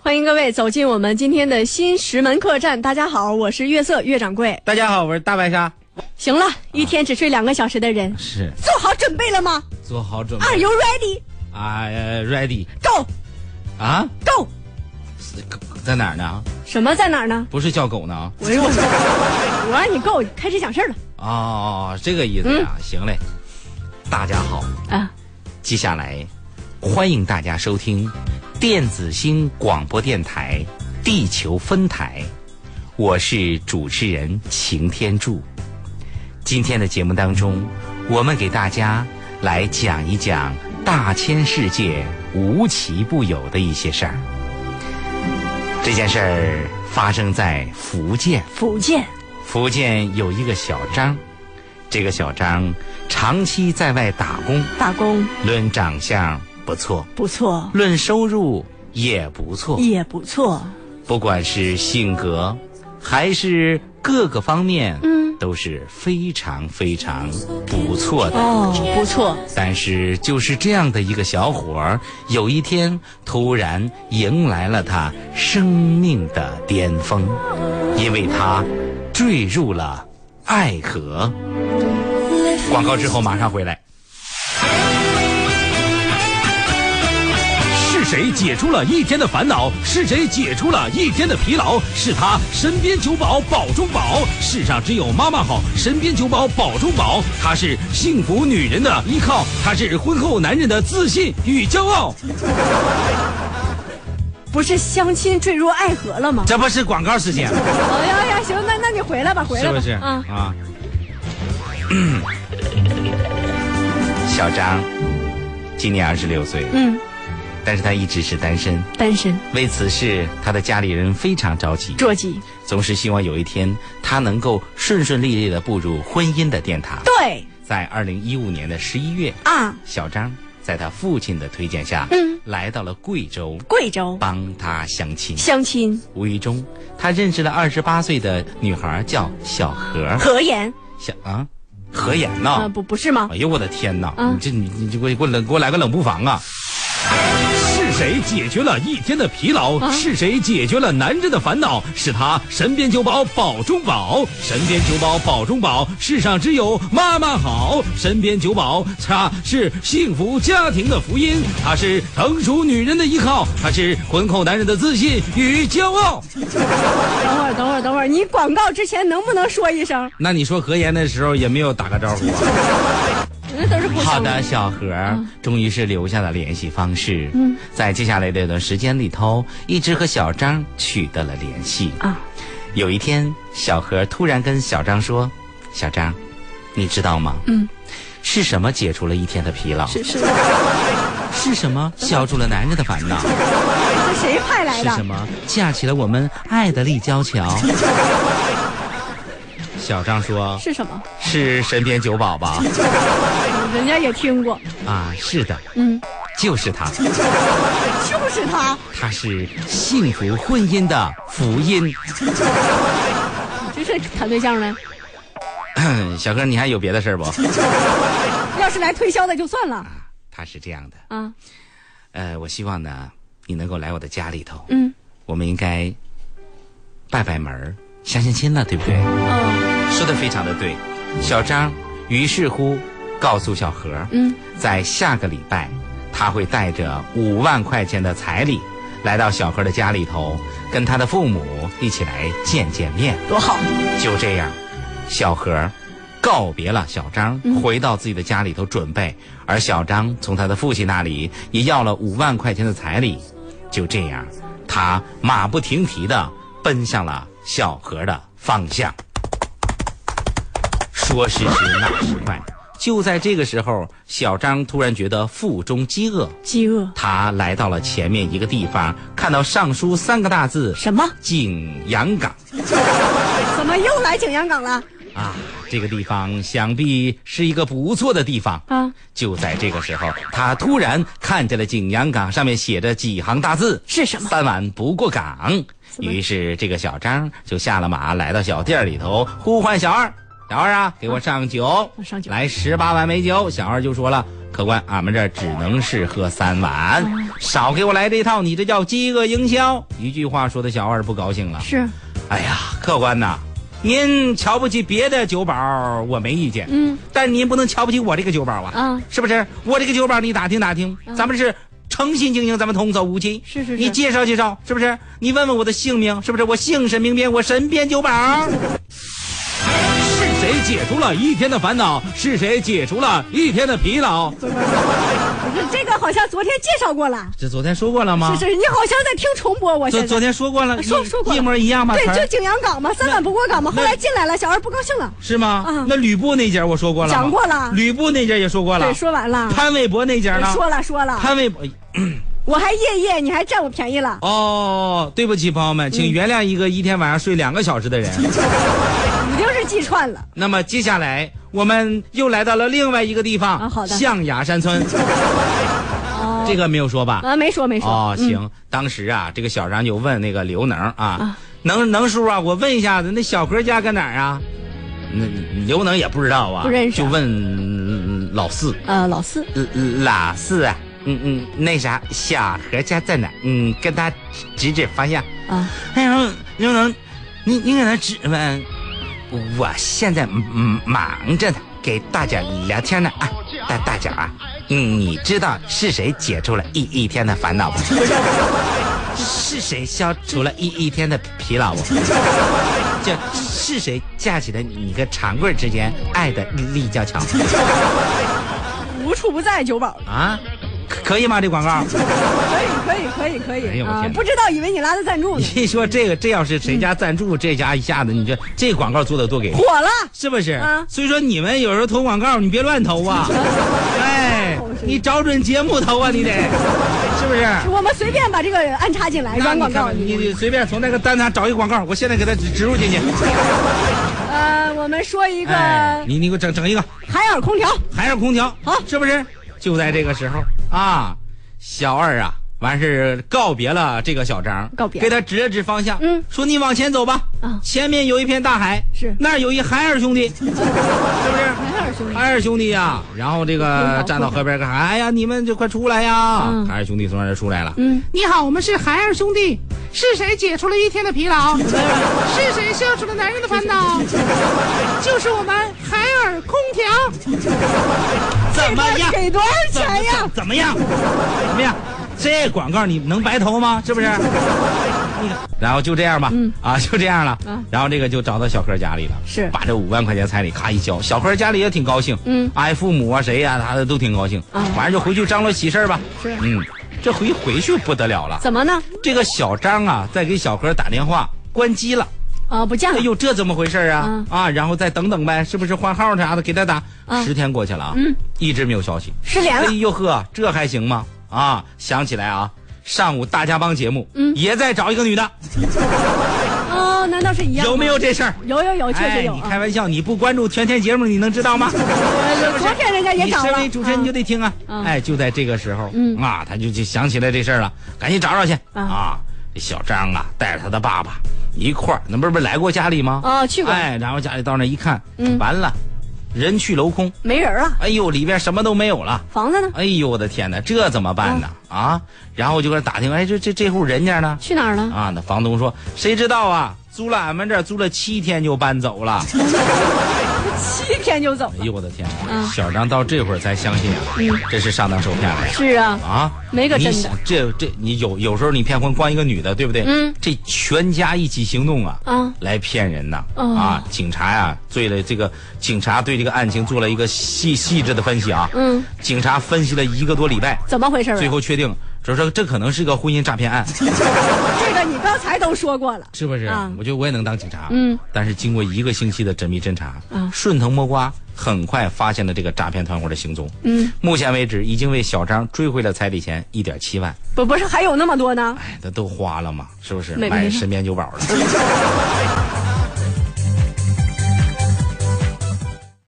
欢迎各位走进我们今天的新石门客栈。大家好，我是月色月掌柜。大家好，我是大白鲨。行了，一天只睡两个小时的人，是做好准备了吗做好准备？Are you ready? 啊呃，ready Go 啊？ go！在哪儿呢？什么在哪儿呢？不是叫狗呢？我我说，我让你 go，开始讲事儿了哦，这个意思呀、行嘞。大家好，啊！接下来欢迎大家收听电子星广播电台地球分台，我是主持人擎天柱。今天的节目当中，我们给大家来讲一讲大千世界无奇不有的一些事儿。这件事儿发生在福建。福建福建有一个小张，这个小张长期在外打工，打工论长相不错，不错，论收入也不错，也不错，不管是性格还是各个方面，嗯，都是非常非常不错的。哦，不错，但是就是这样的一个小伙儿，有一天突然迎来了他生命的巅峰，因为他坠入了爱河。广告之后马上回来。是谁解除了一天的烦恼？是谁解除了一天的疲劳？是他身边酒保保中保，世上只有妈妈好，身边酒保保中保，他是幸福女人的依靠，他是婚后男人的自信与骄傲。不是相亲坠入爱河了吗？这不是广告时间，哎呀呀，行，那那你回来吧，回来是吧，嗯不是？啊，啊。小张今年二十六岁了，嗯，但是他一直是单身。单身为此事，他的家里人非常着急，着急，总是希望有一天他能够顺顺利利的步入婚姻的殿堂。对在二零一五年的十一月，啊，小张在他父亲的推荐下，嗯，来到了贵州，贵州帮他相亲。相亲无意中，他认识了二十八岁的女孩，叫小何。何言小啊，何妍呐、啊，不不是吗？哎呦我的天呐！嗯你这你你你给我给我冷给我来个冷不防啊！是谁解决了一天的疲劳？是谁解决了男人的烦恼？是他神鞭九宝保中宝，神鞭九宝保中宝，世上只有妈妈好。神鞭九宝，它是幸福家庭的福音，它是成熟女人的依靠，它是婚后男人的自信与骄傲。等会儿，等会儿，等会儿，你广告之前能不能说一声？那你说何妍的时候也没有打个招呼、 啊。那都是互好相的，小何、嗯终于是留下了联系方式。嗯，在接下来这段时间里头，一直和小张取得了联系。啊，有一天，小何突然跟小张说：“小张，你知道吗？嗯，是什么解除了一天的疲劳？是是是什么消除了男人的烦恼？是谁派来是什的？么架起了我们爱的立交桥？” 小张说是什么？：“是神鞭九宝吧？”人家也听过，啊，是的，嗯，就是他。就是他。它是幸福婚姻的福音。你这是谈对象呢？ 小哥，你还有别的事儿不？要是来推销的就算了他是这样的，啊。呃，我希望呢，你能够来我的家里头，嗯，我们应该拜拜门儿，相相亲了，对不对？哦，说的非常的对。小张于是乎告诉小何，嗯，在下个礼拜，他会带着五万块钱的彩礼来到小何的家里头，跟他的父母一起来见见面。多好。就这样，小何告别了小张，嗯回到自己的家里头准备。而小张从他的父亲那里也要了五万块钱的彩礼。就这样，他马不停蹄地奔向了小何的方向。说时迟，那时快，就在这个时候，小张突然觉得腹中饥饿，饥饿他来到了前面一个地方，看到上书三个大字什么？ “景阳冈”。怎么又来景阳冈了？啊，这个地方想必是一个不错的地方啊！就在这个时候，他突然看见了景阳冈上面写着几行大字：是什么三碗不过岗。么于是这个小张就下了马，来到小店里头，呼唤小二：“小二啊，给我上酒，哦上酒来十八碗美酒。”小二就说了：“客官，俺们这儿只能是喝三碗，哦少给我来这套，你这叫饥饿营销。一句话说的小二不高兴了。是，哎呀，客官呐，您瞧不起别的酒保，我没意见，嗯，但您不能瞧不起我这个酒保啊，嗯是不是？我这个酒保你打听打听，咱们是诚心经营，咱们童叟无欺，是是是你介绍介绍，是不是？你问问我的姓名，是不是？我姓沈名边，我神边酒保。是谁解除了一天的烦恼？是谁解除了一天的疲劳？不是这个好像昨天介绍过了，这昨天说过了吗？是是，你好像在听重播，我啊现昨在昨天说过了，啊说一说过一了模一样吧？词对，儿就景阳冈嘛，三碗不过岗嘛。后来进来了，小二不高兴了，是吗？啊那吕布那节我说过了吗，讲过了吕布那节也说过了对，，说完了，潘玮柏那节呢？说了说了，潘玮柏。我还夜夜，你还占我便宜了，哦，对不起，朋友们，嗯请原谅一个一天晚上睡两个小时的人。一定是记串了。那么接下来我们又来到了另外一个地方，啊好的象牙山村， 哦，这个没有说吧？啊，没说没说。哦，嗯行，当时啊，这个小张就问那个刘能啊，能能叔啊，我问一下子，那小哥家搁哪儿啊？那刘能也不知道啊，不认识就问嗯老四，呃，老四，嗯老四啊，嗯嗯，那啥，小何家在哪儿？嗯，跟他指指方向。啊，哎呦，刘能，你你给他指问，我现在嗯忙着呢，给大家聊天呢啊，大大家啊，嗯你知道是谁解除了一一天的烦恼吗？是谁消除了一一天的疲劳吗？就是谁架起了你和长棍之间爱的立交桥无处不在酒保，啊？可可以吗？这广告？可以可以可以可哎以呦我天啊哪！不知道以为你拉的赞助 呢，你说这个，这要是谁家赞助，这家一下子，你这这广告做的多给力。火了。是不是？啊所以说你们有时候投广告，你别乱 投啊！哎，你找准节目投啊，你得，是不是？我们随便把这个安插进来，软那广你看告。吧你你随便从那个单上找一广告，我现在给它植植 入进去。呃，我们说一个哎，你你给我整整一个海尔空调，海尔空调，好是不是？就在这个时候啊，小二啊，完事告别了这个小张，告别给他指了指方向，嗯说你往前走吧，啊前面有一片大海，是那儿有一海尔兄弟，是不是？海尔兄弟，海尔兄弟呀、然后这个站到河边看，哎呀，你们就快出来呀！嗯海尔兄弟从那儿出来了。嗯，你好，我们是海尔兄弟。是谁解除了一天的 疲劳？是谁消除了男人的烦恼？就是我们海尔空 调。怎么样？给多少怎钱呀？怎么样？怎么样？这广告你能白投吗？是不是？你看然后就这样吧，啊，就这样了。啊然后这个就找到小柯家里了，是把这五万块钱彩礼咔一交，小柯家里也挺高兴，嗯哎，父母啊谁呀、他的都挺高兴，啊晚上就回去张罗喜事儿吧。是嗯，这回回去不得了了，怎么呢？这个小张啊，在给小柯打电话，关机了。啊，不降哎呦，这怎么回事啊？啊，然后再等等呗，是不是换号啥的？给他打，啊十天过去了啊，嗯，一直没有消息。失联哎了，呦呵，这还行吗？啊，想起来啊，上午大家帮节目，嗯也在找一个女的，哦，难道是一样？有没有？这事儿？有有有，确实有哎，你啊开。玩笑，你不关注全天节目，你能 知道吗？呃昨天人家也你找身了为主持人，你就啊得听啊。啊哎，就在这个时候，嗯啊，他就就想起来这事儿了，赶紧找找去啊啊。这小张啊，带着他的爸爸一块儿，那不是不是来过家里吗？哦去过哎，然后家里到那一看，嗯完了，人去楼空，没人了，哎呦，里边什么都没有了。房子呢？哎呦我的天哪，这怎么办呢？嗯啊，然后我就给他打听，哎，这这这户人家呢？去哪儿了？啊，那房东说，谁知道啊？租了俺们这儿租了七天就搬走了。嗯七天就走哎呦我的天哪！啊小张到这会儿才相信啊，这是上当受骗了呀是啊，啊！嗯没个真的你想这这你有有时候你骗婚光一个女的，对不对？嗯。这全家一起行动啊，啊来骗人呐！哦啊，警察呀、对了这个警察对这个案情做了一个细细致的分析啊。嗯。警察分析了一个多礼拜，怎么回事啊？最后确定，就说这可能是个婚姻诈骗案，这个你刚才都说过了， 是不是？啊我觉得我也能当警察。嗯，但是经过一个星期的缜密侦查，啊顺藤摸瓜，很快发现了这个诈骗团伙的行踪。嗯，目前为止已经为小张追回了彩礼钱一点七万，不不是还有那么多呢？哎，那都花了嘛，是不是？没没买没身边酒保了。